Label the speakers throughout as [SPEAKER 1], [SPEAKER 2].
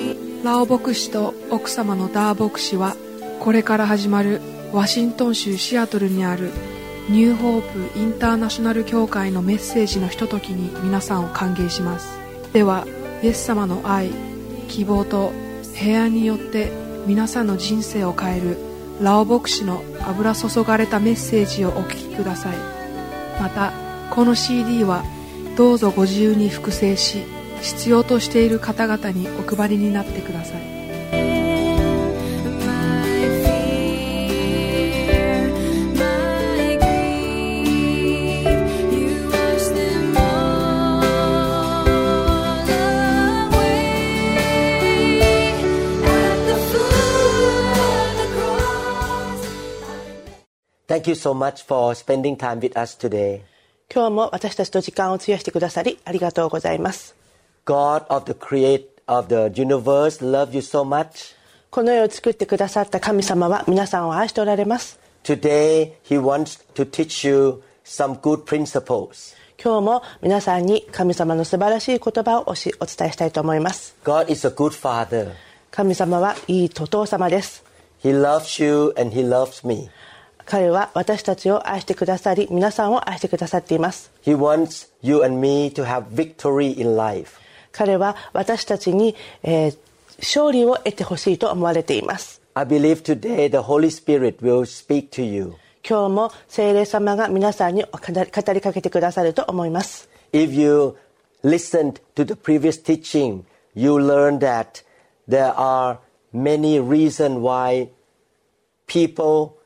[SPEAKER 1] ー牧師と奥様のダー牧師はこれから始まるワシントン州シアトルにあるニューホープインターナショナル教会のメッセージのひとときに皆さんを歓迎しますではイエス様の愛希望と平安によって皆さんの人生を変えるラオ牧師の油注がれたメッセージをお聞きくださいまたこの CD はどうぞご自由に複製し必要としている方々にお配りになってください
[SPEAKER 2] Thank you so much for spending time with us today.
[SPEAKER 3] 今日も私たちと時間を費やしてくださりありがとうございます
[SPEAKER 2] God of the create of the universe love you so much.
[SPEAKER 3] この世を作ってくださった神様は皆さんを愛しておられます
[SPEAKER 2] Today he wants to teach you some good principles.
[SPEAKER 3] 今日も皆さんに神様の素晴らしい言葉をおしお伝えしたいと思います
[SPEAKER 2] God is a good father.
[SPEAKER 3] 神様はいい徒党様です
[SPEAKER 2] He loves you and he loves me.
[SPEAKER 3] 彼は私たちを愛してくださり皆さんを愛してくださっています
[SPEAKER 2] He wants you and me to have victory in life.
[SPEAKER 3] 彼は私たちに、えー勝利を得てほしいと思われています
[SPEAKER 2] I believe today the Holy Spirit will speak to you.
[SPEAKER 3] 今日も聖霊様が皆さんにお語り語りかけてくださると思います
[SPEAKER 2] If you listened to the previous teaching, you learn that there are many reasons why people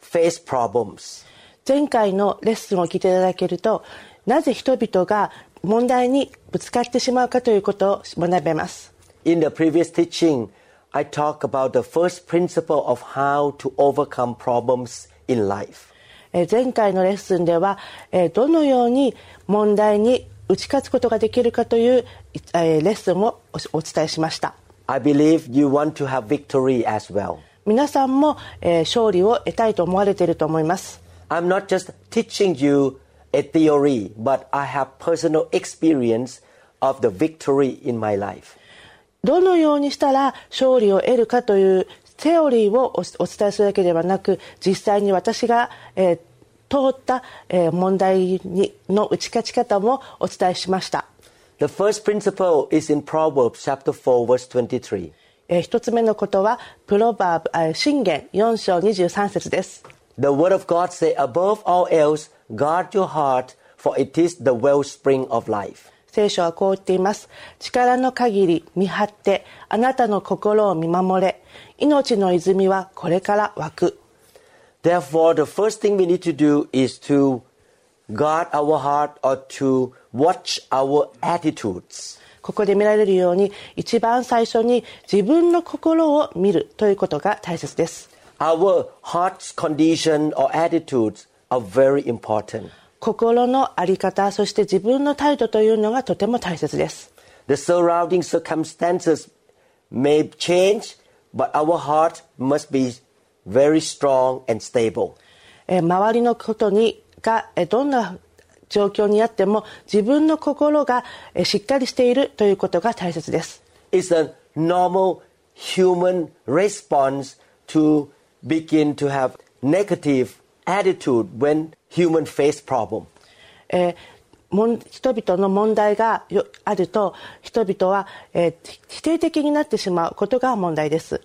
[SPEAKER 2] face problems.
[SPEAKER 3] 前回のレッスンを聞いていただけるとなぜ人々が問題にぶつかってしまうかということを学べます
[SPEAKER 2] In the previous teaching, I talked about the first principle of how to overcome problems in life.
[SPEAKER 3] えー前回のレッスンではえーどのように問題に打ち勝つことができるかというえーレッスンをおお伝えしました
[SPEAKER 2] I believe you want to have victory as well.
[SPEAKER 3] 皆さんもえー勝利を得たいと思われていると思います
[SPEAKER 2] I'm not just teaching you a theory, but I have personal experience of the victory in my life.
[SPEAKER 3] どのようにしたら勝利を得るかというセオリーをおお伝えするだけではなく実際に私が、えー通った、えー問題にの打ち勝ち方もお伝えしました、
[SPEAKER 2] The first principle is in Proverbs chapter 4 verse 23.
[SPEAKER 3] えー一つ目のことはプロバーブあ信玄4章23節です
[SPEAKER 2] The word of God say above all else guard your heart for it is the wellspring of life.
[SPEAKER 3] 聖書はこう言っています力の限り見張ってあなたの心を見守れ命の泉はこれから湧く
[SPEAKER 2] Therefore the first thing we need to do is to guard our heart or to watch our attitudes.
[SPEAKER 3] ここで見られるように一番最初に自分の心を見るということが大切です
[SPEAKER 2] Our heart's condition or attitudes are very important.
[SPEAKER 3] 心の在り方そして自分の態度というのがとても大切です
[SPEAKER 2] The surrounding circumstances may change, but our heart must be very strong and stable.
[SPEAKER 3] えー周りのことにがえーどんな状況にあっても自分の心がえーしっかりしているということが大切です
[SPEAKER 2] It's a normal human response to begin to have negative attitude when human face problem.
[SPEAKER 3] えーもん人々の問題がよあると人々は、えー否定的になってしまうことが問題です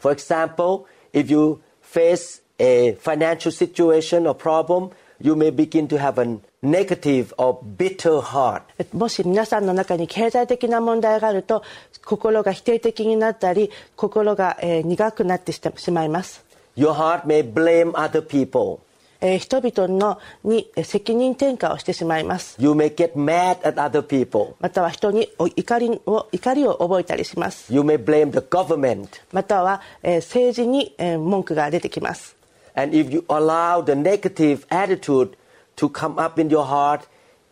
[SPEAKER 2] For example, if you face a financial situation or problem, you may begin to have a negative or bitter heart.
[SPEAKER 3] もし皆さんの中に経済的な問題があると心が否定的になったり心が、えー苦くなってしてしまいます、
[SPEAKER 2] Your heart may blame other people.
[SPEAKER 3] えー人々のにえー責任転嫁をしてしまいます
[SPEAKER 2] You may get mad at other people.
[SPEAKER 3] または人にお怒りを怒りを覚えたりします
[SPEAKER 2] You may blame the government.
[SPEAKER 3] または、えー政治に、えー文句が出てきます
[SPEAKER 2] And if you allow the negative attitude to come up in your heart,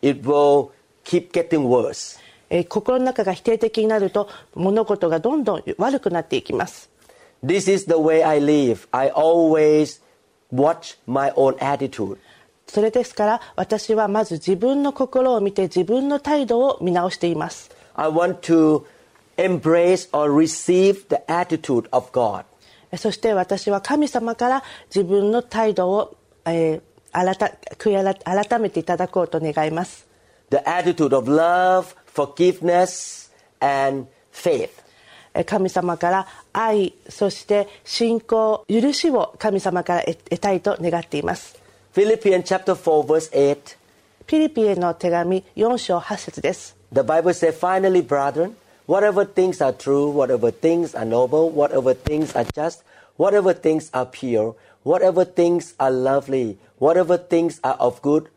[SPEAKER 2] it will keep getting worse.
[SPEAKER 3] えー心の中が否定的になると物事がどんどん悪くなっていきます
[SPEAKER 2] This is the way I live. I always watch my own attitude.
[SPEAKER 3] それですから私はまず自分の心を見て自分の態度を見直しています
[SPEAKER 2] I want to embrace or receive the attitude of God.
[SPEAKER 3] そして私は神様から自分の態度を、えー改悔い改改めていただこうと願います
[SPEAKER 2] The attitude of love, forgiveness, and faith.
[SPEAKER 3] えー神様から愛そして信仰許しを神様から得得たいと願っています
[SPEAKER 2] Philippians chapter 4 verse 8.
[SPEAKER 3] フィリピンへの手紙4章8節です
[SPEAKER 2] The Bible says, finally, brethren, whatever things are true, whatever things are noble, whatever things are just, whatever things are pure, whatever things are lovely, whatever things are of good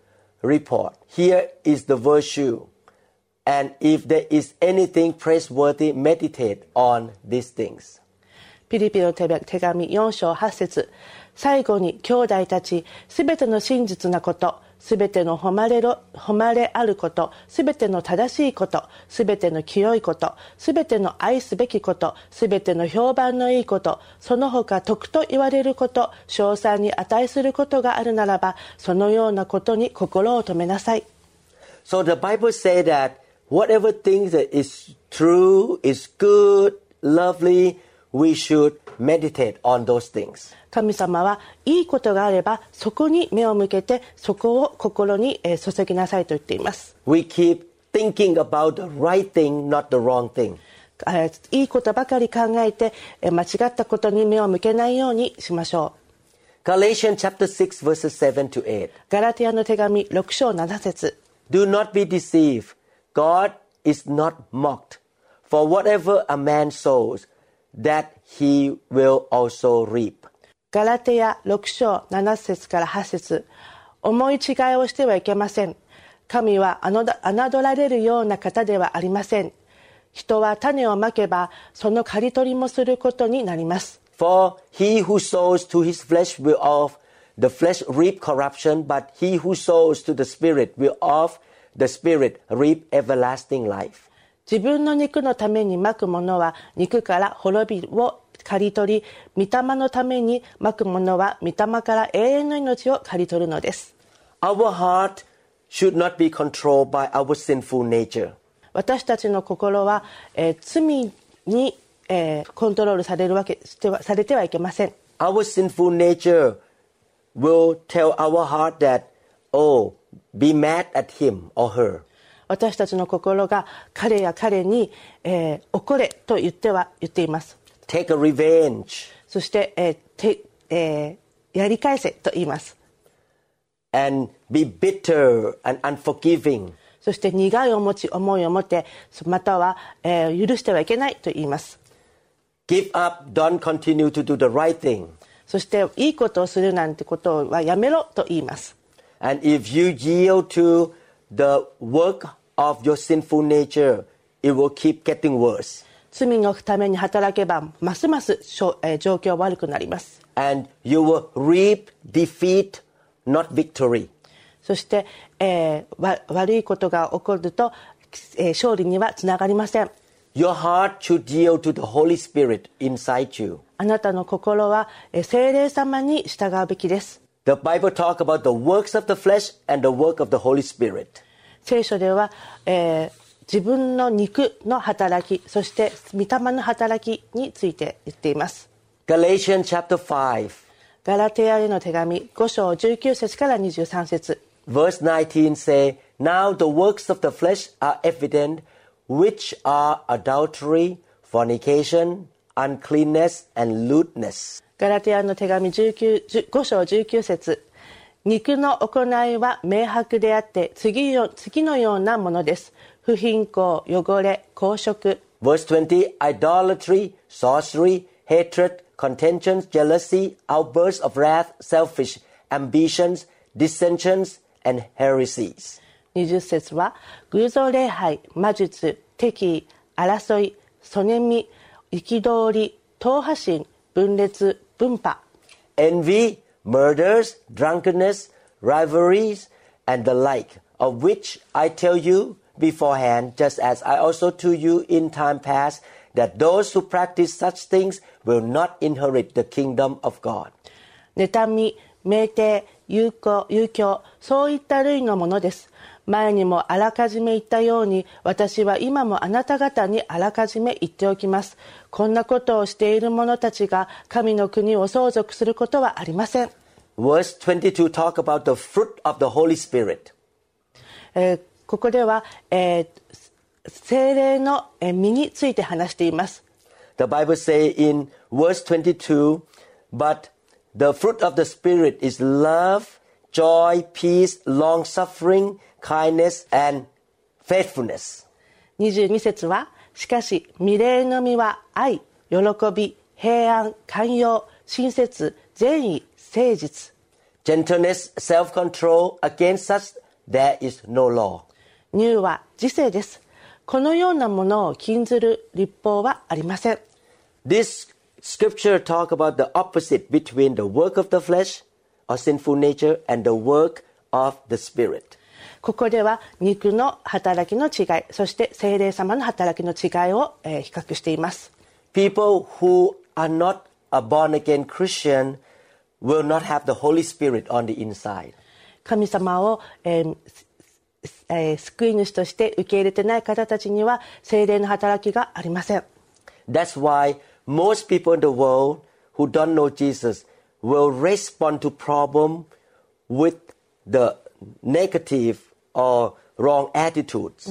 [SPEAKER 2] report. Here is the virtue. And if there is anything praiseworthy, meditate on these things.
[SPEAKER 3] ピリピの手紙4章8節最後に兄弟たちすべての真実なことすべての誉れろ誉れあることすべての正しいことすべての清いことすべての愛すべきことすべての評判のいいことその他徳と言われること称賛に値することがあるならばそのようなことに心を留めなさい
[SPEAKER 2] So the Bible says that whatever things that is true, is good, lovely, we should meditate on those things.
[SPEAKER 3] 神様はいいことがあればそこに目を向けてそこを心にえー注ぎなさいと言っています
[SPEAKER 2] We keep thinking about the right thing, not the wrong thing.
[SPEAKER 3] えーいいことばかり考えてえー間違ったことに目を向けないようにしましょ
[SPEAKER 2] Galatians chapter 6 verses 7 to 8.
[SPEAKER 3] うガラティアの手紙6章7節
[SPEAKER 2] Do not be deceived. God is not mocked. For whatever a man sows, that he will also reap.
[SPEAKER 3] ガラティア6章7節から8節思い違いをしてはいけません神はあのだ侮られるような方ではありません人は種をまけばその刈り取りもすることになります
[SPEAKER 2] For he who sows to his flesh will of the flesh reap corruption, but he who sows to the spirit will of the spirit reap everlasting life.
[SPEAKER 3] 自分の肉のためにまくものは肉から滅びを刈り取り御霊のためにまくものは御霊から永遠の命を刈り取るのです
[SPEAKER 2] Our heart should not be controlled by our sinful nature.
[SPEAKER 3] 私たちの心は、えー罪に、えーコントロールされるわけしてはされてはいけません
[SPEAKER 2] Our sinful nature will tell our heart that, oh, be mad at him or her.
[SPEAKER 3] 私たちの心が彼や彼に、えー怒れと言っては言っています
[SPEAKER 2] Take a revenge
[SPEAKER 3] そして、えーてえーやり返せと言います
[SPEAKER 2] and be bitter and unforgiving.
[SPEAKER 3] そして苦い思ち思いを持ってまたは、えー許してはいけないと言います
[SPEAKER 2] Give up, don't continue to do the right thing.
[SPEAKER 3] そしていいことをするなんてことはやめろと言います
[SPEAKER 2] And if you yield to the work of your sinful nature, it will keep getting worse.
[SPEAKER 3] 罪のために働けばますますしょ、えー状況は悪くなります
[SPEAKER 2] And you will reap defeat, not victory.
[SPEAKER 3] そして、えーわ悪いことが起こると、えー勝利にはつながりません
[SPEAKER 2] Your heart should yield to the Holy Spirit inside you.
[SPEAKER 3] あなたの心は、えー聖霊様に従うべきです
[SPEAKER 2] The Bible talk about the works of the flesh and the work of the Holy Spirit.
[SPEAKER 3] 聖書では、えー自分の肉の働きそして御霊の働きについて言っています
[SPEAKER 2] Galatians chapter 5,
[SPEAKER 3] ガラテヤへの手紙5章19節から23節
[SPEAKER 2] verse 19 say, Now the works of the flesh are evident, which are adultery, fornication, uncleanness, and lewdness.
[SPEAKER 3] ガラテヤの手紙19 10 5章19節肉の行いは明白であって次よ次のようなものです不貧困汚れ公職
[SPEAKER 2] Verse 20, idolatry, sorcery, hatred, contentions, jealousy, outbursts of wrath, selfish ambitions, dissensions, and heresies.
[SPEAKER 3] 20節は偶像礼拝魔術敵意争いそねみ憤り党派心分裂分派
[SPEAKER 2] Envy, murders, drunkenness, rivalries, and the like, of which I tell you beforehand, just as I also to you in time past, that those who practice such things will not inherit the kingdom of God.
[SPEAKER 3] 妬み、酩酊、友好、遊興、そういった類のものです。前にもあらかじめ言ったように私は今もあなた方にあらかじめ言っておきますこんなことをしている者たちが神の国を相続することはありません、
[SPEAKER 2] Verse 22 talk about the fruit of the Holy Spirit.
[SPEAKER 3] えーここでは、えー精霊のえー実について話しています
[SPEAKER 2] The Bible say in verse 22, but the fruit of the Spirit is love, joy, peace, long suffering, kindness, and faithfulness.
[SPEAKER 3] 22節は「しかし未霊の実は愛喜び平安寛容親切善意誠実
[SPEAKER 2] Gentleness, self control, against such there is no law.
[SPEAKER 3] 乳は自制ですこのようなものを禁ずる立法はありません
[SPEAKER 2] This scripture talk about the opposite between the work of the flesh or sinful nature and the work of the Spirit.
[SPEAKER 3] ここでは肉の働きの違いそして精霊様の働きの違いを、えー比較しています
[SPEAKER 2] People who are not a born again Christian will not have the Holy Spirit on the inside.
[SPEAKER 3] 神様を、えーすすえー救い主として受け入れてない方たちには精霊の働きがありません
[SPEAKER 2] That's why most people in the world who don't know Jesus will respond to problem with the negative or wrong attitudes.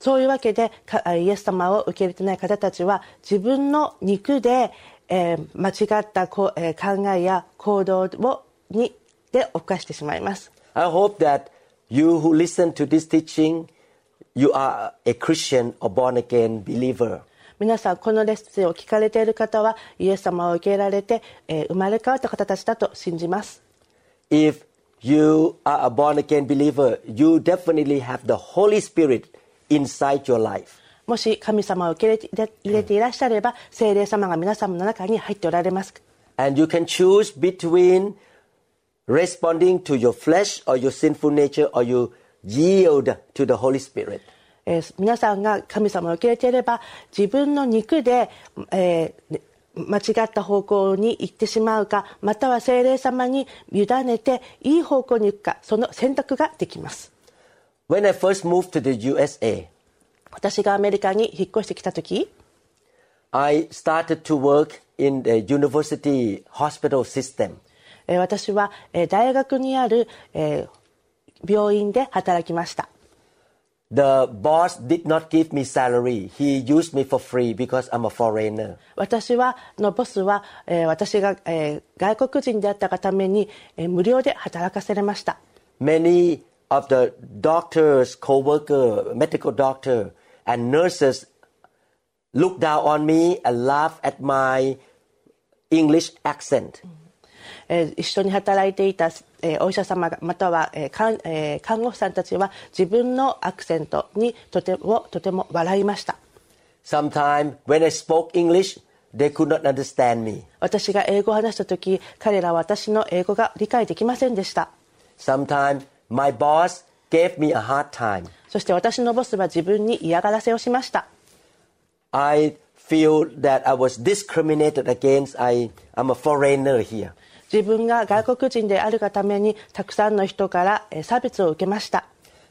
[SPEAKER 3] そういうわけでかあイエス様を受け入れてない方たちは自分の肉で、えー間違ったこう、えー考えや行動をにで犯してしまいます
[SPEAKER 2] I hope that you who listen to this teaching, you are a Christian or born again believer.
[SPEAKER 3] 皆さんこのレッスンを聞かれている方はイエス様を受け入れられて、えー生まれ変わった方たちだと信じます
[SPEAKER 2] If you are a born again believer, you definitely have the Holy Spirit inside your life.
[SPEAKER 3] もし神様を受け入れて入れていらっしゃれば聖霊様が皆様の中に入っておられます
[SPEAKER 2] And you can choose between responding to your flesh or your sinful nature or you yield to the Holy Spirit.
[SPEAKER 3] えー皆さんが神様を受け入れていれば自分の肉で、えーね間違った方向に行ってしまうかまたは精霊様に委ねていい方向に行くかその選択ができます
[SPEAKER 2] When I first moved to the USA,
[SPEAKER 3] 私がアメリカに引っ越してきた時
[SPEAKER 2] I started to work in the university hospital system.
[SPEAKER 3] えー私はえー大学にあるえー病院で働きました
[SPEAKER 2] The boss did not give me salary. He used me for free because I'm a foreigner.
[SPEAKER 3] 私はのボスはえー私がえー外国人であったがためにえー無料で働かせれました
[SPEAKER 2] Many of the doctors, co-worker, medical doctor and nurses looked down on me and laughed at my English accent.
[SPEAKER 3] えー一緒に働いていた、えーお医者様がまたは、えーかんえー看護師さんたちは自分のアクセントにとてもとても笑いました
[SPEAKER 2] Sometimes when I spoke English, they could not understand me.
[SPEAKER 3] 私が英語を話した時彼らは私の英語が理解できませんでした
[SPEAKER 2] Sometimes my boss gave me a hard time.
[SPEAKER 3] そして私のボスは自分に嫌がらせをしました
[SPEAKER 2] I feel that I was discriminated against. I, I'm a foreigner here.
[SPEAKER 3] 自分が外国人であるがためにたくさんの人から、えー差別を受けました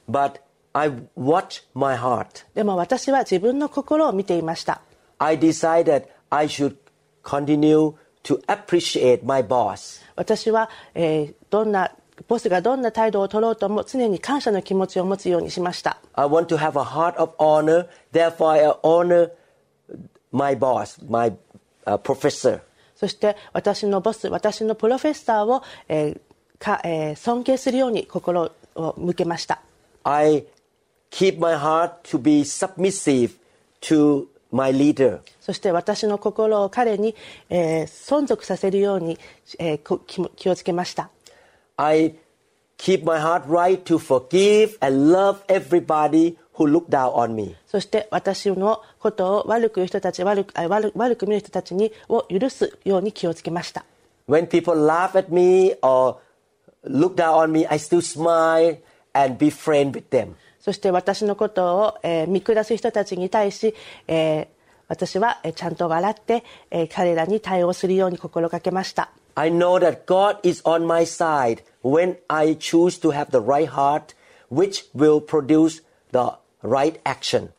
[SPEAKER 2] But I watched my heart.
[SPEAKER 3] でも私は自分の心を見ていました
[SPEAKER 2] I decided I should continue to appreciate my boss.
[SPEAKER 3] 私は、えーどんなボスがどんな態度を取ろうとも常に感謝の気持ちを持つようにしました
[SPEAKER 2] I want to have a heart of honor. Therefore, I honor my boss, my uh, professor.
[SPEAKER 3] そして私のボス私のプロフェッサーを、えーかえー尊敬するように心を向けました
[SPEAKER 2] I keep my heart to be submissive to my leader.
[SPEAKER 3] そして私の心を彼に、えー存続させるように、えーこ気も気をつけました
[SPEAKER 2] I keep my heart right to forgive and love everybody who look down on me.
[SPEAKER 3] そして私のことを悪く言う人たち悪くあ悪く悪く見る人たちにを許すように気をつけました
[SPEAKER 2] When people laugh at me or look down on me, I still smile and be friend with them.
[SPEAKER 3] そして私のことを、えー見下す人たちに対し、えー私は、えーちゃんと笑って、えー彼らに対応するように心がけました
[SPEAKER 2] I know that God is on my side when I choose to have the right heart, which will produce the right action.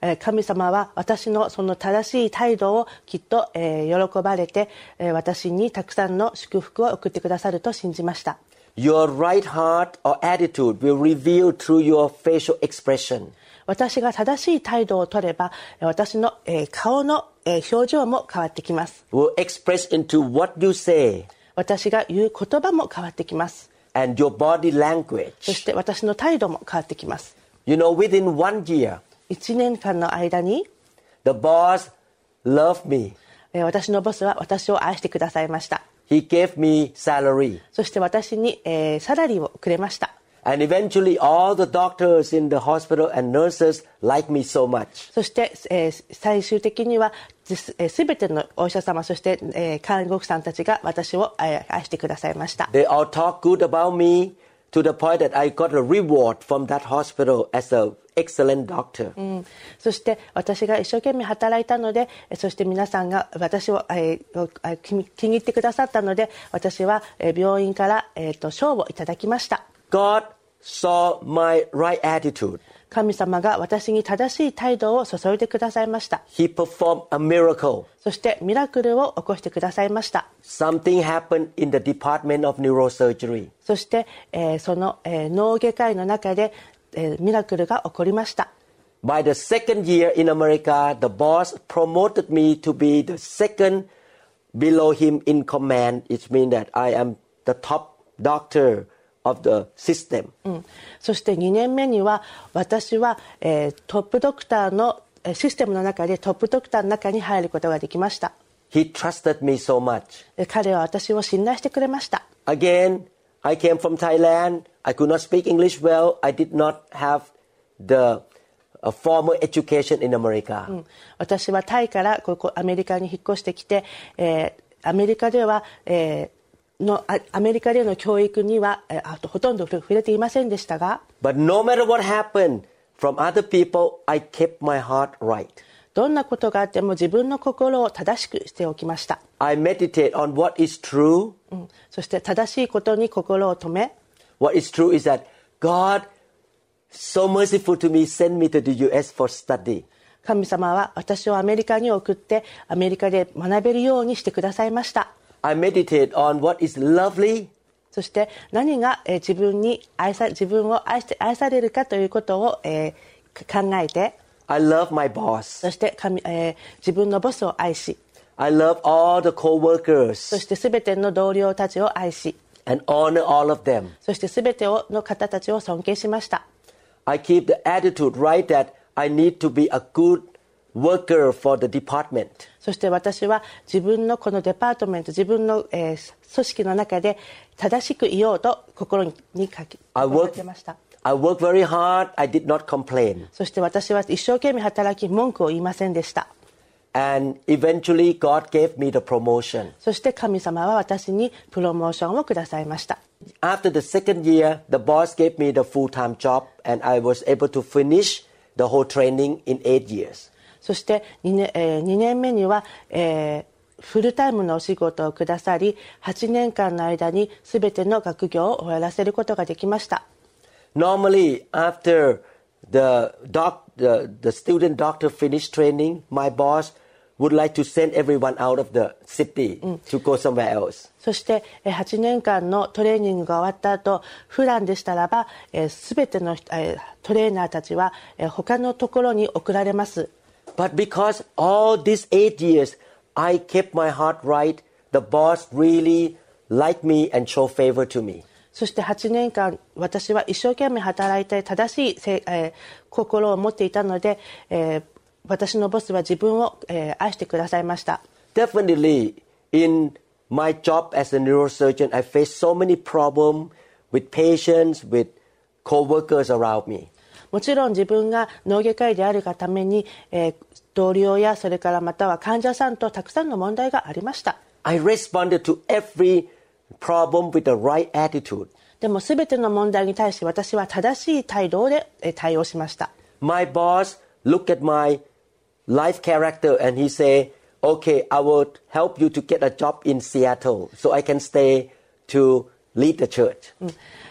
[SPEAKER 3] えー神様は私のその正しい態度をきっと、えー喜ばれて、えー私にたくさんの祝福を送ってくださると信じました
[SPEAKER 2] Your right heart or attitude will reveal through your facial expression.
[SPEAKER 3] 私が正しい態度を取ればえー私の、えー顔の、えー表情も変わってきます
[SPEAKER 2] Will express into what you say
[SPEAKER 3] 私が言う言葉も変わってきます
[SPEAKER 2] and your body
[SPEAKER 3] そし
[SPEAKER 2] language.
[SPEAKER 3] て私の態度も変わってきます
[SPEAKER 2] You know, within one year,
[SPEAKER 3] 1年間の間に、
[SPEAKER 2] the boss loved me.
[SPEAKER 3] えー私のボスは私を愛してくださいました
[SPEAKER 2] He gave me salary.
[SPEAKER 3] そして私に、えーサラリーをくれました
[SPEAKER 2] And eventually, all the doctors in the hospital and nurses like me so much.
[SPEAKER 3] そして、えー最終的にはすえー全てのお医者様そして、えー看護婦さんたちが私をえー愛してくださいました
[SPEAKER 2] They all talk good about me to the point that I got a reward from that hospital as an excellent doctor.
[SPEAKER 3] そして私が一生懸命働いたのでえーそして皆さんが私を、えーおあ気に気に入ってくださったので私は、えー病院から、えーと賞をいただきました
[SPEAKER 2] God saw my right attitude.
[SPEAKER 3] 神様が私に正しい態度を注いでくださいました
[SPEAKER 2] He performed a miracle.
[SPEAKER 3] そしてミラクルを起こしてくださいました
[SPEAKER 2] Something happened in the department of neurosurgery.
[SPEAKER 3] そして、えーその、えー脳外科医の中で、えーミラクルが起こりました
[SPEAKER 2] By the second year in America, the boss promoted me to be the second below him in command. It means that I am the top doctor of the system.
[SPEAKER 3] そして2年目には私は、えートップドクターのえーシステムの中でトップドクターの中に入ることができました
[SPEAKER 2] He trusted me so much.
[SPEAKER 3] えー彼は私を信頼してくれました
[SPEAKER 2] Again, I came from Thailand. I could not speak English well. I did not have the uh, formal education in America.
[SPEAKER 3] Hmm. 私はタイからここアメリカに引っ越してきて、えーアメリカでは、えーのあアメリカでの教育には、えーあとほとんど触れ触れていませんでしたが
[SPEAKER 2] But no matter what happened from other people, I kept my heart right.
[SPEAKER 3] どんなことがあっても自分の心を正しくしておきました、
[SPEAKER 2] I meditate on what is true.
[SPEAKER 3] うんそして正しいことに心を止め
[SPEAKER 2] What is true is that God, so merciful to me, sent me to the US for study.
[SPEAKER 3] 神様は私をアメリカに送ってアメリカで学べるようにしてくださいました
[SPEAKER 2] I meditate on what is lovely
[SPEAKER 3] そして何が、えー自分に愛さ自分を愛して愛されるかということを、えーか考えて
[SPEAKER 2] I love my boss.
[SPEAKER 3] そして神、えー自分のボスを愛し
[SPEAKER 2] I love all the co
[SPEAKER 3] そ
[SPEAKER 2] workers
[SPEAKER 3] して全ての同僚たちを愛し
[SPEAKER 2] and honor all of them.
[SPEAKER 3] そして全てをの方たちを尊敬しました
[SPEAKER 2] I keep the attitude right that I need to be a good worker for the department.
[SPEAKER 3] そして私は自分のこのデパートメント自分の、えー組織の中で正しくいようと心にかけ
[SPEAKER 2] I
[SPEAKER 3] 心が
[SPEAKER 2] work,
[SPEAKER 3] けました
[SPEAKER 2] I work very hard. I did not complain.
[SPEAKER 3] そして私は一生懸命働き文句を言いませんでした。
[SPEAKER 2] And eventually, God gave me the promotion.
[SPEAKER 3] そして神様は私にプロモーションをくださいました。
[SPEAKER 2] After the second year, the boss gave me the full time job, and I was able to finish the whole training in eight years.
[SPEAKER 3] そして2年,、えー二年目には、えーフルタイムのお仕事をくださり、8年間の間に全ての学業を終わらせることができました。
[SPEAKER 2] Normally, after the, doc, the, the student doctor finished training, my boss would like to send everyone out of the city to go somewhere else.
[SPEAKER 3] そしてえー8年間のトレーニングが終わった後普段でしたらばえー全ての人えートレーナーたちはえー他のところに送られます。
[SPEAKER 2] But because all these eight years I kept my heart right, the boss really liked me and showed favor to me.
[SPEAKER 3] そして8年間私は一生懸命働いて正しいせ、えー心を持っていたので、えー私のボスは自分を、えー愛してくださいました
[SPEAKER 2] Definitely, in my job as a neurosurgeon, I faced so many problems with patients, with co-workers around me.
[SPEAKER 3] もちろん自分が脳外科医であるがために、えー同僚やそれからまたは患者さんとたくさんの問題がありました
[SPEAKER 2] I responded to every problem with the right attitude.
[SPEAKER 3] でも全ての問題に対して私は正しい態度でえー対応しました
[SPEAKER 2] My boss looked at my life character and he said, "Okay, I will help
[SPEAKER 3] Mm.
[SPEAKER 2] you to get a job in Seattle, so I can stay to lead the church."
[SPEAKER 3] うん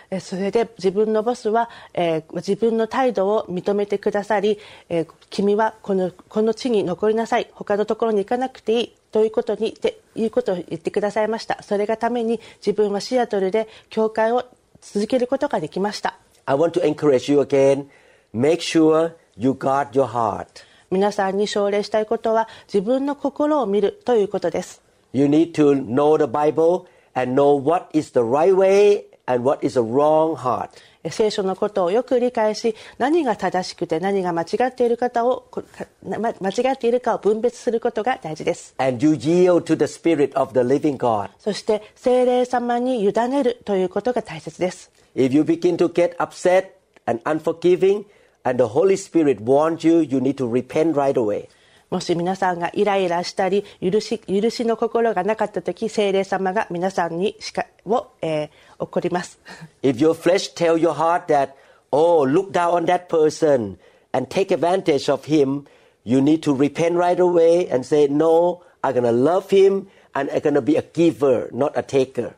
[SPEAKER 3] ええーそれで自分のボスは、えー自分の態度を認めてくださり、えー君はこのこの地に残りなさい他のところに行かなくていいということにでいうことを言ってくださいましたそれがために自分はシアトルで教会を続けることができました
[SPEAKER 2] I want to encourage you again. Make sure you guard your heart.
[SPEAKER 3] 皆さんに奨励したいことは自分の心を見るということです
[SPEAKER 2] You need to know the Bible and know what is the right way and what is the wrong heart.
[SPEAKER 3] え聖書のことをよく理解し何が正しくて何が間違っている方をこかなま間違っているかを分別することが大事です
[SPEAKER 2] And you yield to the Spirit of the living God.
[SPEAKER 3] そして聖霊様に委ねるということが大切です
[SPEAKER 2] If you begin to get upset and unforgiving, and the Holy Spirit warns you, you need to repent right away.
[SPEAKER 3] もし皆さんがイライラしたり許し許しの心がなかった時聖霊様が皆さんにしかを、えー怒ります
[SPEAKER 2] If your flesh tell your heart that, oh, look down on that person and take advantage of him, you need to repent right away and say, no, I'm going to love him and I'm going to be a giver, not a taker.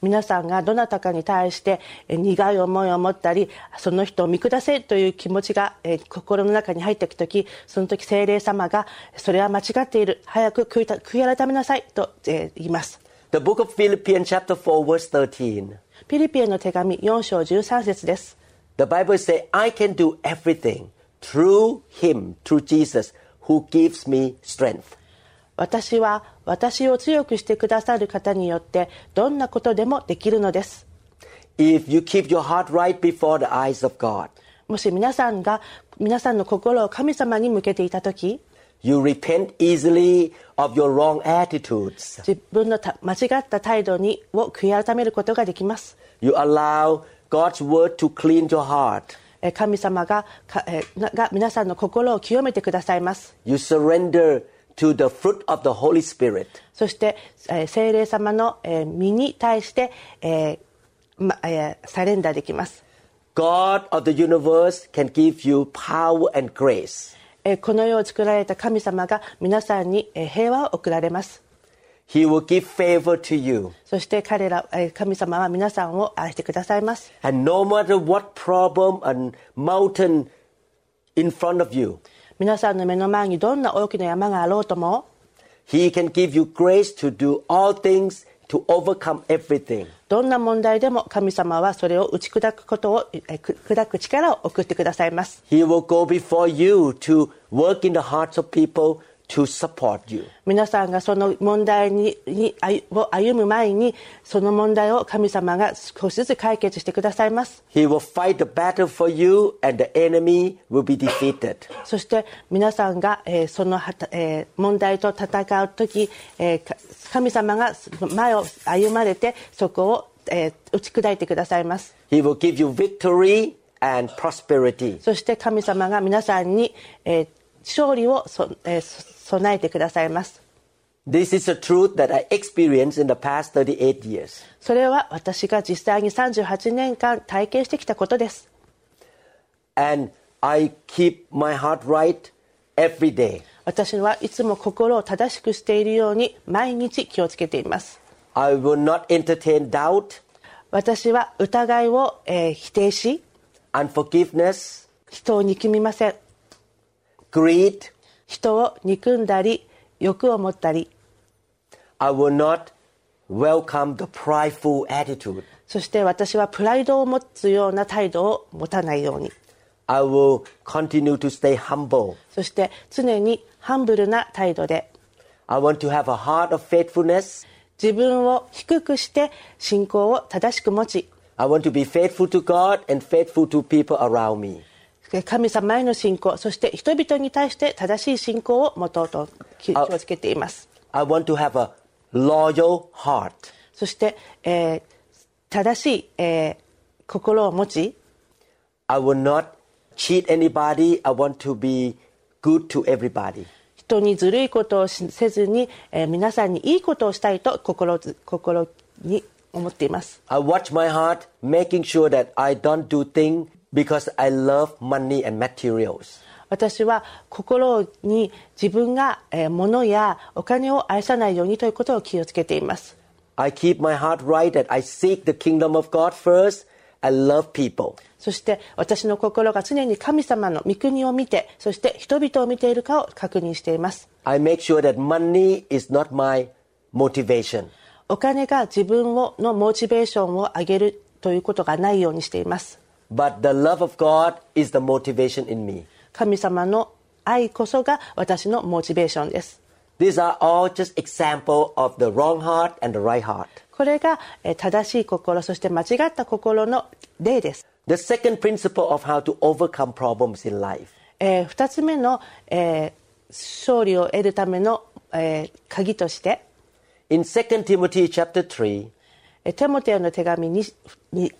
[SPEAKER 3] 皆さんがどなたかに対してえー苦い思いを持ったりその人を見下せという気持ちがえー心の中に入っていく時その時聖霊様がそれは間違っている早く悔いた悔い改めなさいとえー言います
[SPEAKER 2] The book of Philippians, chapter 4, verse 13.
[SPEAKER 3] ピリピへの手紙4章13節です
[SPEAKER 2] The Bible says, I can do everything through him, through Jesus, who gives me strength.
[SPEAKER 3] 私は私を強くしてくださる方によってどんなことでもできるのです
[SPEAKER 2] If you keep your heart right before the eyes of God,
[SPEAKER 3] もし皆さんが皆さんの心を神様に向けていた時
[SPEAKER 2] you repent easily of your wrong attitudes.
[SPEAKER 3] 自分のた間違った態度にを悔い改めることができます
[SPEAKER 2] You allow God's word to clean your heart.
[SPEAKER 3] えー神様がかえーなが皆さんの心を清めてくださいます
[SPEAKER 2] You surrender to the fruit of the Holy Spirit.
[SPEAKER 3] そしてえー聖霊様のえー身に対して、えーまえーサレンダーできます
[SPEAKER 2] God of the universe can give you power and grace.
[SPEAKER 3] えーこの世を作られた神様が皆さんにえー平和を送られます
[SPEAKER 2] He will give favor to you.
[SPEAKER 3] そして彼らえー神様は皆さんを愛してくださいます
[SPEAKER 2] And no matter what problem and mountain in front of you,
[SPEAKER 3] 皆さんの目の前にどんな大きな山があろうとも
[SPEAKER 2] He can give you grace to do all things, to overcome everything.
[SPEAKER 3] どんな問題でも神様はそれを打ち砕くことをえーく砕く力を送ってくださいます
[SPEAKER 2] He will go before you to work in the hearts of people to support you.
[SPEAKER 3] 皆さんがその問題にに歩を歩む前にその問題を神様が少しずつ解決してくださいます
[SPEAKER 2] He will fight the battle for you, and the enemy will be defeated.
[SPEAKER 3] そして皆さんが、えーそのはた、えー問題と戦う時、えーか神様が前を歩まれてそこを、えー打ち砕いてくださいます
[SPEAKER 2] He will give you victory and prosperity.
[SPEAKER 3] そして神様が皆さんに、えー勝利をそ、えーそ備えてくださいます
[SPEAKER 2] This is a truth that I experienced in the past 38 years.
[SPEAKER 3] それは私が実際に38年間体験してきたことです
[SPEAKER 2] And I keep my heart right every day.
[SPEAKER 3] 私はいつも心を正しくしているように毎日気をつけています
[SPEAKER 2] I will not entertain doubt,
[SPEAKER 3] 私は疑いを、えー否定し
[SPEAKER 2] unforgiveness,
[SPEAKER 3] 人を憎みません
[SPEAKER 2] greed.
[SPEAKER 3] 人を憎んだり欲を持ったり
[SPEAKER 2] I will not welcome the prideful attitude.
[SPEAKER 3] そして私はプライドを持つような態度を持たないように
[SPEAKER 2] I will continue to stay humble.
[SPEAKER 3] そして常にハンブルな態度で
[SPEAKER 2] I want to have a heart of faithfulness.
[SPEAKER 3] 自分を低くして信仰を正しく持ち
[SPEAKER 2] I want to be faithful to God and faithful to people around me.
[SPEAKER 3] 神様への信仰そして人々に対して正しい信仰を持とうと気気
[SPEAKER 2] あ
[SPEAKER 3] をつけています
[SPEAKER 2] I want to have a loyal heart.
[SPEAKER 3] そして、えー正しい、えー心を持ち
[SPEAKER 2] I will not cheat anybody. I want to be good to everybody.
[SPEAKER 3] 人にずるいことをしせずに、えー皆さんにいいことをしたいと心ず心に思っています
[SPEAKER 2] I watch my heart, making sure that I don't do things because I love money and materials.
[SPEAKER 3] 私は心に自分が、えー物やお金を愛さないようにということを気をつけています
[SPEAKER 2] I keep my heart right that I seek the kingdom of God first I love people.
[SPEAKER 3] そして私の心が常に神様の御国を見てそして人々を見ているかを確認しています
[SPEAKER 2] I make sure that money is not my motivation.
[SPEAKER 3] お金が自分をのモチベーションを上げるということがないようにしています
[SPEAKER 2] But the love of God is the motivation in me.
[SPEAKER 3] 神様の愛こそが私のモチベーションです
[SPEAKER 2] These are all just example of the wrong heart and the right heart.
[SPEAKER 3] これがえー正しい心そして間違った心の例です、
[SPEAKER 2] The second principle of how to overcome problems in life
[SPEAKER 3] え2つ目の、えー勝利を得るための、えー鍵として
[SPEAKER 2] In 2 Timothy chapter 3,
[SPEAKER 3] えーテモテへの手紙にに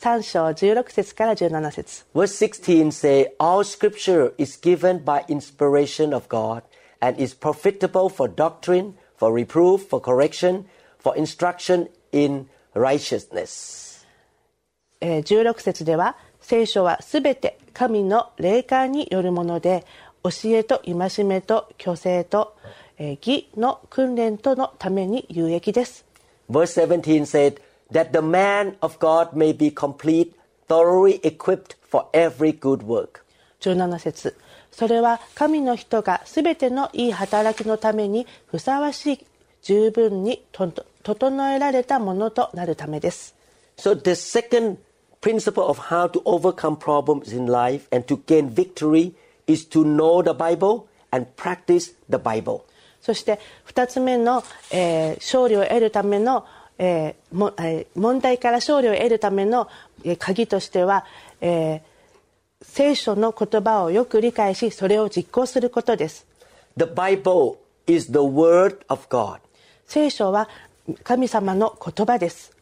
[SPEAKER 3] 3章16節から17節
[SPEAKER 2] verse 16 say, All scripture is given by inspiration of God and is profitable for doctrine, for reproof, for correction, for instruction in righteousness.
[SPEAKER 3] えー16節では聖書はすべて神の霊感によるもので教えと戒めと虚勢と、えー義の訓練とのために有益です
[SPEAKER 2] Verse 17 said, That the man of God may be complete, thoroughly equipped for every good work.
[SPEAKER 3] 17節それは神の人がすべてのいい働きのためにふさわしい十分にとんと整えられたものとなるためです
[SPEAKER 2] So the second principle of how to overcome problems in life and to gain victory is to know the Bible and practice the Bible.
[SPEAKER 3] そして2つ目の、えー勝利を得るための、えーもえー問題から勝利を得るための、えー鍵としては、えー聖書の言葉をよく理解しそれを実行することです
[SPEAKER 2] The Bible is the word of God.
[SPEAKER 3] 聖書は神様の言葉です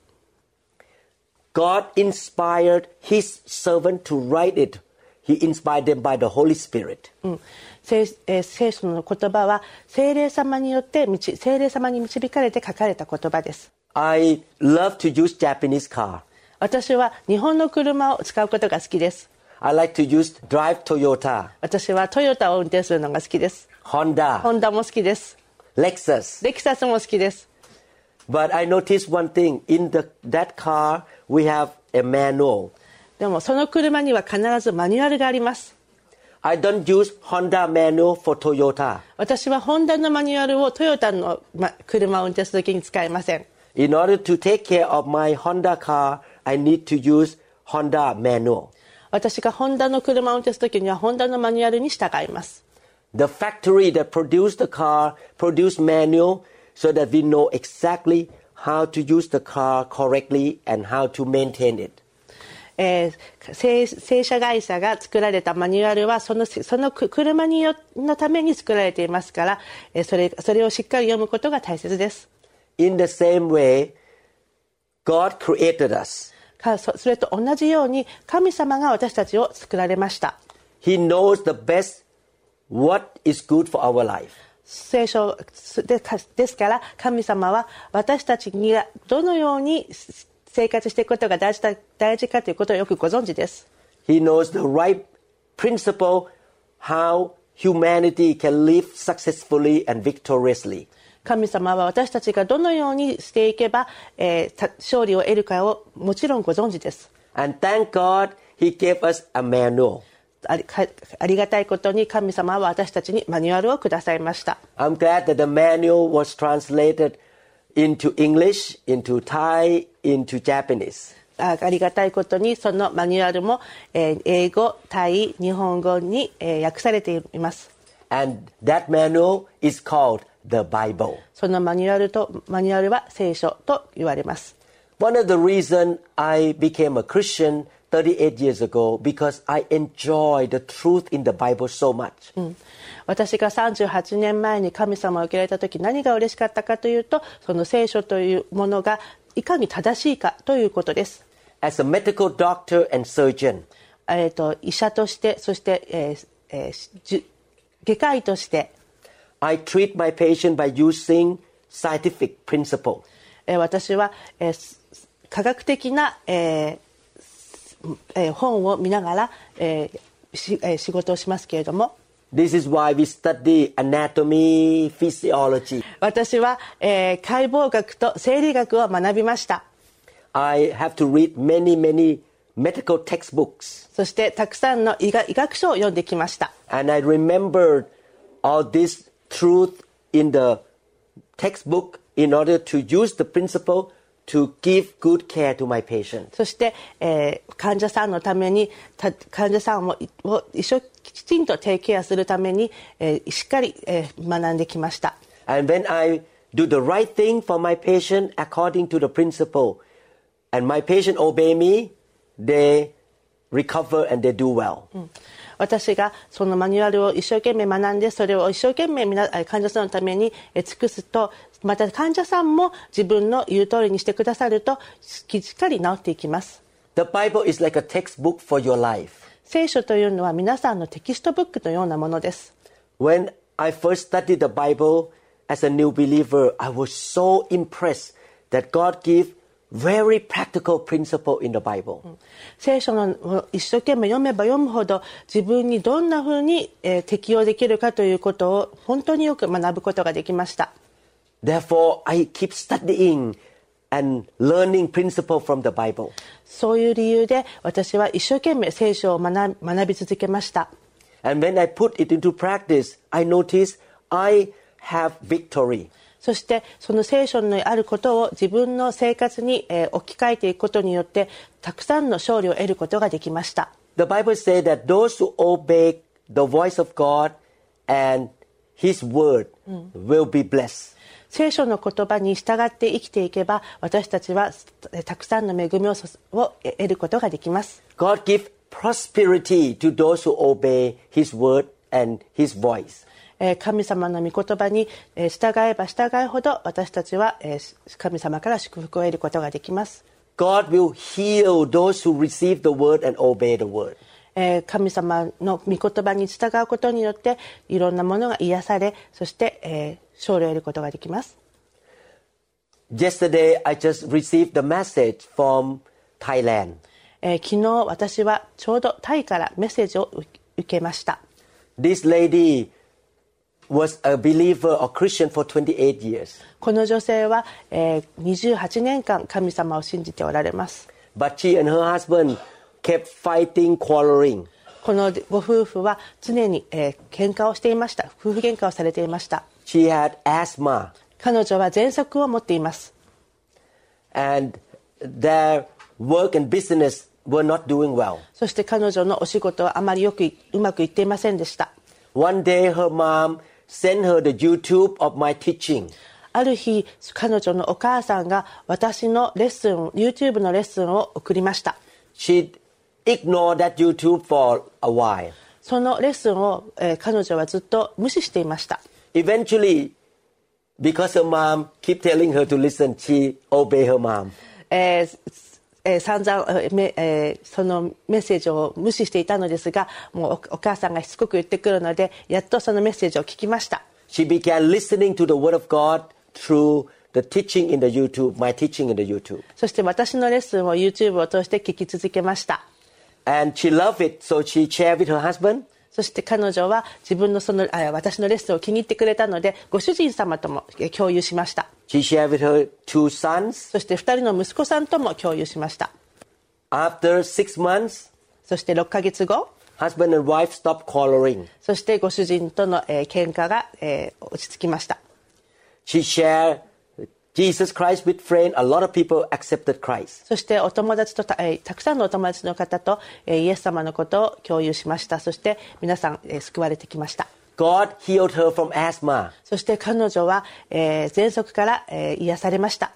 [SPEAKER 2] God inspired his servant to write it. He inspired them by the Holy Spirit.
[SPEAKER 3] うん聖えー聖書の言葉は聖霊様によって導聖霊様に導かれて書かれた言葉です
[SPEAKER 2] I love to use Japanese car.
[SPEAKER 3] 私は日本の車を使うことが好きです
[SPEAKER 2] I like to use drive Toyota,
[SPEAKER 3] 私はトヨタを運転するのが好きです
[SPEAKER 2] Honda,
[SPEAKER 3] ホンダも好きです
[SPEAKER 2] Lexus.
[SPEAKER 3] レキサスも好きです
[SPEAKER 2] But I noticed one thing in the, that car we have a manual.
[SPEAKER 3] でもその車には必ずマニュアルがあります
[SPEAKER 2] I don't use Honda manual for Toyota.
[SPEAKER 3] 私はホンダのマニュアルをトヨタのま車を運転するときに使いません
[SPEAKER 2] In order to take care of my Honda car, I need to use Honda manual.
[SPEAKER 3] 私がホンダの車を運転するときにはホンダのマニュアルに従います
[SPEAKER 2] The factory that produced the car produced manual so that we know exactly how to use the car correctly and how to maintain it.
[SPEAKER 3] えー正正社会社が作られたマニュアルはそのそのく車によのために作られていますから、えーそれそれをしっかり読むことが大切です
[SPEAKER 2] In the same way, God created us.
[SPEAKER 3] かそそれと同じように神様が私たちを作られました
[SPEAKER 2] He knows the best what is good for our life.
[SPEAKER 3] 聖書でかですから神様は私たちにがどのようにす生活していくことが大事だ大事かということをよくご存知です
[SPEAKER 2] He knows the right principle how humanity can live successfully and victoriously.
[SPEAKER 3] 神様は私たちがどのようにしていけば、えーた勝利を得るかをもちろんご存知です
[SPEAKER 2] And thank God he gave us a manual.
[SPEAKER 3] ありかありがたいことに神様は私たちにマニュアルをくださいました
[SPEAKER 2] I'm glad that the manual was translated into English, into Thai, into Japanese.
[SPEAKER 3] あありがたいことにそのマニュアルも、えー英語タイ日本語に、えー訳されています
[SPEAKER 2] And that manual is called the Bible.
[SPEAKER 3] そのマニュアルとマニュアルは聖書と言われます
[SPEAKER 2] One of the reasons I became a Christian 38 years ago because I enjoy the truth in the Bible so much.
[SPEAKER 3] Mm. 私が38年前に神様を受けられた時何が嬉しかったかというとその聖書というものがいかに正しいかということです、
[SPEAKER 2] As a medical doctor and surgeon,
[SPEAKER 3] えー、と医者としてそして、えーえーじゅ外科医として、
[SPEAKER 2] I treat my patient by using scientific principle.
[SPEAKER 3] えー私は、えーす科学的な、えーすえー本を見ながら、えーしえー仕事をしますけれども
[SPEAKER 2] This is why we study anatomy, physiology.
[SPEAKER 3] 私は、えー解剖学と生理学を学びました
[SPEAKER 2] I have to read many, many medical textbooks.
[SPEAKER 3] そしてたくさんの医学医学書を読んできました
[SPEAKER 2] And I remembered all this truth in the textbook in order to use the principle to give good care to my patient.
[SPEAKER 3] そして、えー患者さんのためにた患者さんをいを一生きちんとテイクケアするために、えーしっかり、えー学んできました
[SPEAKER 2] And when I do the right thing for my patient according to the principle, and my patient obey me, they recover and they do well.
[SPEAKER 3] 私がそのマニュアルを一生懸命学んでそれを一生懸命みなえー患者さんのためにえー尽くすとまた患者さんも自分の言う通りにしてくださるとししっかり治っていきます
[SPEAKER 2] The Bible is like a textbook for your life.
[SPEAKER 3] 聖書というのは皆さんのテキストブックのようなものです
[SPEAKER 2] When I first studied the Bible as a new believer, I was so impressed that God gave very practical principle in the Bible.
[SPEAKER 3] 聖書のを一生懸命読めば読むほど自分にどんなふうに、えー適用できるかということを本当によく学ぶことができました
[SPEAKER 2] Therefore, I keep studying and learning principle from the Bible.
[SPEAKER 3] そういう理由で私は一生懸命聖書を学び学び続けました
[SPEAKER 2] And when I put it into practice, I notice I have victory.
[SPEAKER 3] そしてその聖書にあることを自分の生活に、えー置き換えていくことによってたくさんの勝利を得ることができました
[SPEAKER 2] The Bible says that those who obey the voice of God and His word will be blessed.
[SPEAKER 3] 聖書の言葉に従って生きていけば私たちはえーたくさんの恵みをそをえー得ることができます
[SPEAKER 2] God gives prosperity to those who obey His word and His voice.
[SPEAKER 3] えー神様の御言葉にえー従えば従うほど私たちはえー神様から祝福を得ることができます。
[SPEAKER 2] God will heal those who receive the word and obey the word.
[SPEAKER 3] えー神様の御言葉に従うことによっていろんなものが癒されそしてえー勝利を得ることができます。
[SPEAKER 2] Yesterday, I just received the message from Thailand.
[SPEAKER 3] えー昨日私はちょうどタイからメッセージを受受けました。
[SPEAKER 2] This lady was a believer or Christian for 28 years,
[SPEAKER 3] この女性はえー28年間神様を信じておられます。
[SPEAKER 2] but she and her husband kept fighting, quarreling.
[SPEAKER 3] このご夫婦は常にえー喧嘩をしていました。夫婦喧嘩をされていました。
[SPEAKER 2] She had asthma,
[SPEAKER 3] 彼女は喘息を持っています
[SPEAKER 2] and their work and business were not doing well.
[SPEAKER 3] そして彼女のお仕事はあまりよくいうまくいっていませんでした
[SPEAKER 2] One day, her mom sent her the YouTube of my teaching.
[SPEAKER 3] ある日彼女のお母さんが私のレッスン YouTube のレッスンを送りました
[SPEAKER 2] She ignored that YouTube for a while.
[SPEAKER 3] そのレッスンを、えー彼女はずっと無視していました
[SPEAKER 2] Eventually, because her mom kept telling her to listen, she obeyed her mom.
[SPEAKER 3] えーえー散々えーめえーそのメッセージを無視していたのですがもうおお母さんがしつこく言ってくるのでやっとそのメッセージを聞きました
[SPEAKER 2] She began listening to the Word of God through the teaching in the YouTube, my teaching in the YouTube.
[SPEAKER 3] そして私のレッスンを YouTube を通して聞き続けました
[SPEAKER 2] And she loved it, so she shared with her husband.
[SPEAKER 3] そして彼女は自分のそのあ私のレッスンを気に入ってくれたのでご主人様ともえ共有しました
[SPEAKER 2] She shared with her two sons.
[SPEAKER 3] そして2人の息子さんとも共有しました
[SPEAKER 2] After six months,
[SPEAKER 3] そして6ヶ月後
[SPEAKER 2] husband and wife stopped quarreling.
[SPEAKER 3] そしてご主人との、えー喧嘩が、えー落ち着きました
[SPEAKER 2] She shared Jesus Christ with friends. A lot of people accepted Christ.
[SPEAKER 3] そしてお友達とた,、えーたくさんのお友達の方と、えーイエス様のことを共有しましたそして皆さん、えー救われてきました
[SPEAKER 2] God healed her from asthma
[SPEAKER 3] そして彼女は、えー、喘息から、えー癒されました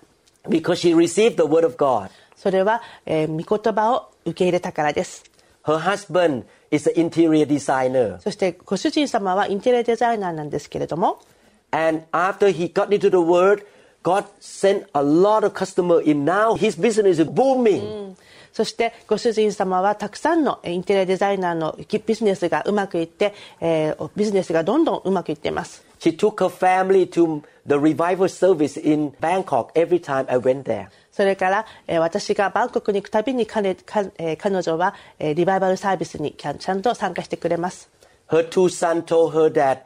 [SPEAKER 2] because she received the word of God.
[SPEAKER 3] それは、えー御言葉を受け入れたからです
[SPEAKER 2] Her husband is an interior designer.
[SPEAKER 3] そしてご主人様はインテリアデザイナーなんですけれども
[SPEAKER 2] And after he got into the word, God sent a lot of customer in. Now his business is booming.
[SPEAKER 3] そしてご主人様はたくさんのえーインテリアデザイナーのきビジネスがうまくいって、えービジネスがどんどんうまくいっています
[SPEAKER 2] She took her family to the revival service in Bangkok every time I went there.
[SPEAKER 3] それから、えー私がバンコクに行くたびに彼かえー彼女は、えーリバイバルサービスにちゃんちゃんと参加してくれます
[SPEAKER 2] Her two sons told her that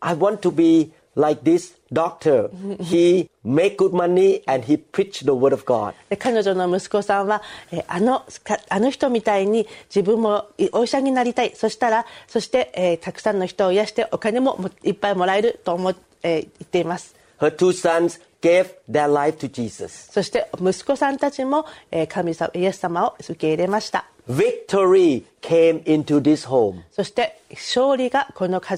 [SPEAKER 2] I want to be like this doctor. he make good money and he preach the word of God.
[SPEAKER 3] で彼女の息子さんはえーあのかあの人みたいに自分もいお医者になりたいそしたらそして、えーたくさんの人を癒してお金ももいっぱいもらえると思、えー言っています
[SPEAKER 2] Her two sons gave their life to Jesus.
[SPEAKER 3] そして息子さんたちも、えー神様イエス様を受け入れました
[SPEAKER 2] Victory came into this home
[SPEAKER 3] そして勝利がこのか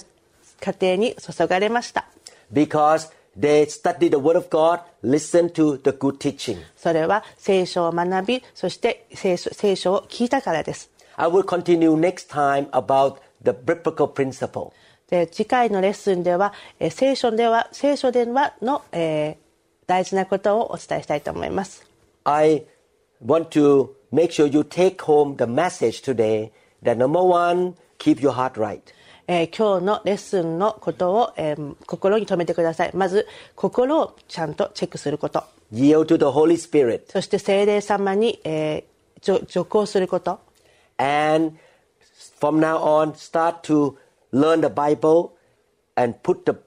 [SPEAKER 3] 家庭に注がれました
[SPEAKER 2] because they studied the word of God, listened to the good teaching.
[SPEAKER 3] それは聖書を学びそして聖書聖書を聞いたからです
[SPEAKER 2] I will continue next time about the biblical principle.
[SPEAKER 3] で次回のレッスンでは、えー聖書では聖書ではの、えー大事なことをお伝えしたいと思います
[SPEAKER 2] I want to make sure you take home the message today that number one, keep your heart right.
[SPEAKER 3] えー今日のレッスンのことを、えー心に留めてくださいまず心をちゃんとチェックすること
[SPEAKER 2] Yield to the Holy Spirit
[SPEAKER 3] そして聖霊様に、えーじょ助行すること
[SPEAKER 2] and from now on start to learn the Bible and put the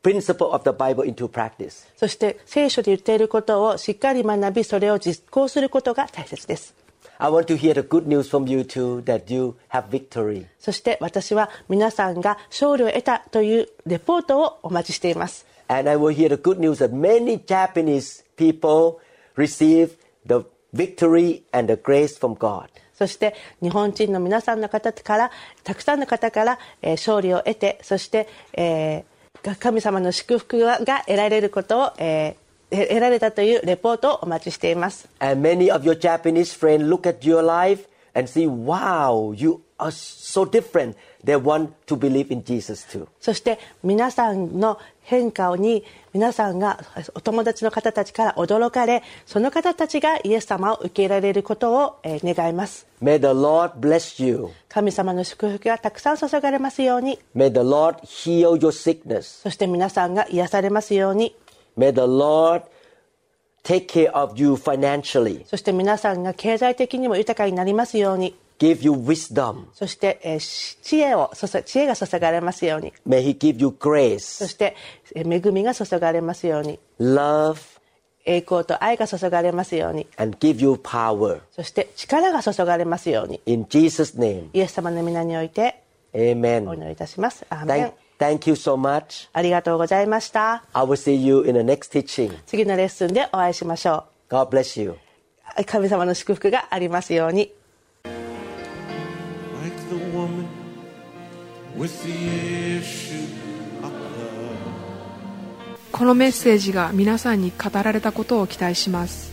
[SPEAKER 2] principle of the Bible into practice.
[SPEAKER 3] そして聖書で言っていることをしっかり学びそれを実行することが大切です
[SPEAKER 2] I want to hear the good news from you too that you have victory.
[SPEAKER 3] そして私は皆さんが勝利を得たというレポートをお待ちしています
[SPEAKER 2] And I will hear the good news that many Japanese people receive the victory and the grace from God.
[SPEAKER 3] そして日本人の皆さんの方からたくさんの方から、えー勝利を得てそして、えー神様の祝福がが得られることを、えーえ得られたというレポートをお待ちしています
[SPEAKER 2] And many of your Japanese friends look at your life and see, wow, you are so different. They want to believe in Jesus too.
[SPEAKER 3] そして皆さんの変化に皆さんがお友達の方たちから驚かれその方たちがイエス様を受け入れられることを、えー願います
[SPEAKER 2] May the Lord bless you.
[SPEAKER 3] 神様の祝福がたくさん注がれますように
[SPEAKER 2] May the Lord heal your sickness.
[SPEAKER 3] そして皆さんが癒されますように
[SPEAKER 2] May the Lord take care of you financially,
[SPEAKER 3] そして皆さんが経済的にも豊かになりますように
[SPEAKER 2] give you wisdom.
[SPEAKER 3] そして、えーし知恵を注知恵が注がれますように
[SPEAKER 2] May He give you
[SPEAKER 3] そ
[SPEAKER 2] grace,
[SPEAKER 3] して、えー恵みが注がれますように
[SPEAKER 2] love,
[SPEAKER 3] 栄光と愛が注がれますように
[SPEAKER 2] and give you power.
[SPEAKER 3] そして力が注がれますように
[SPEAKER 2] In Jesus' name,
[SPEAKER 3] イエス様の皆において
[SPEAKER 2] amen.
[SPEAKER 3] お祈りいたしますアーメン
[SPEAKER 2] Thank, thank you so much.
[SPEAKER 3] ありがとうございました
[SPEAKER 2] I will see you in the next teaching.
[SPEAKER 3] 次のレッスンでお会いしましょ
[SPEAKER 2] God bless you.
[SPEAKER 3] う神様の祝福がありますように
[SPEAKER 4] like the woman with the issue of blood.
[SPEAKER 1] このメッセージが皆さんに語られたことを期待します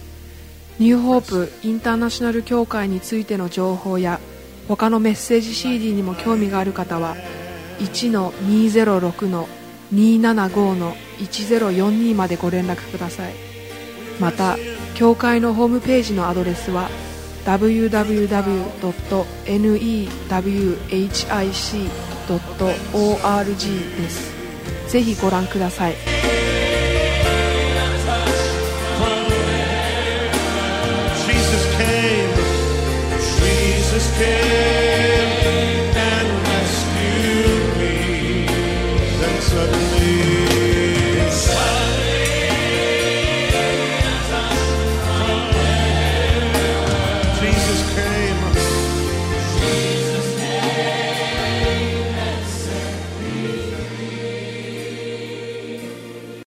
[SPEAKER 1] ニューホープインターナショナル協会についての情報や他のメッセージ CD にも興味がある方は1-206-275-1042までご連絡くださいまた協会のホームページのアドレスは www.newhic.org ですぜひご覧ください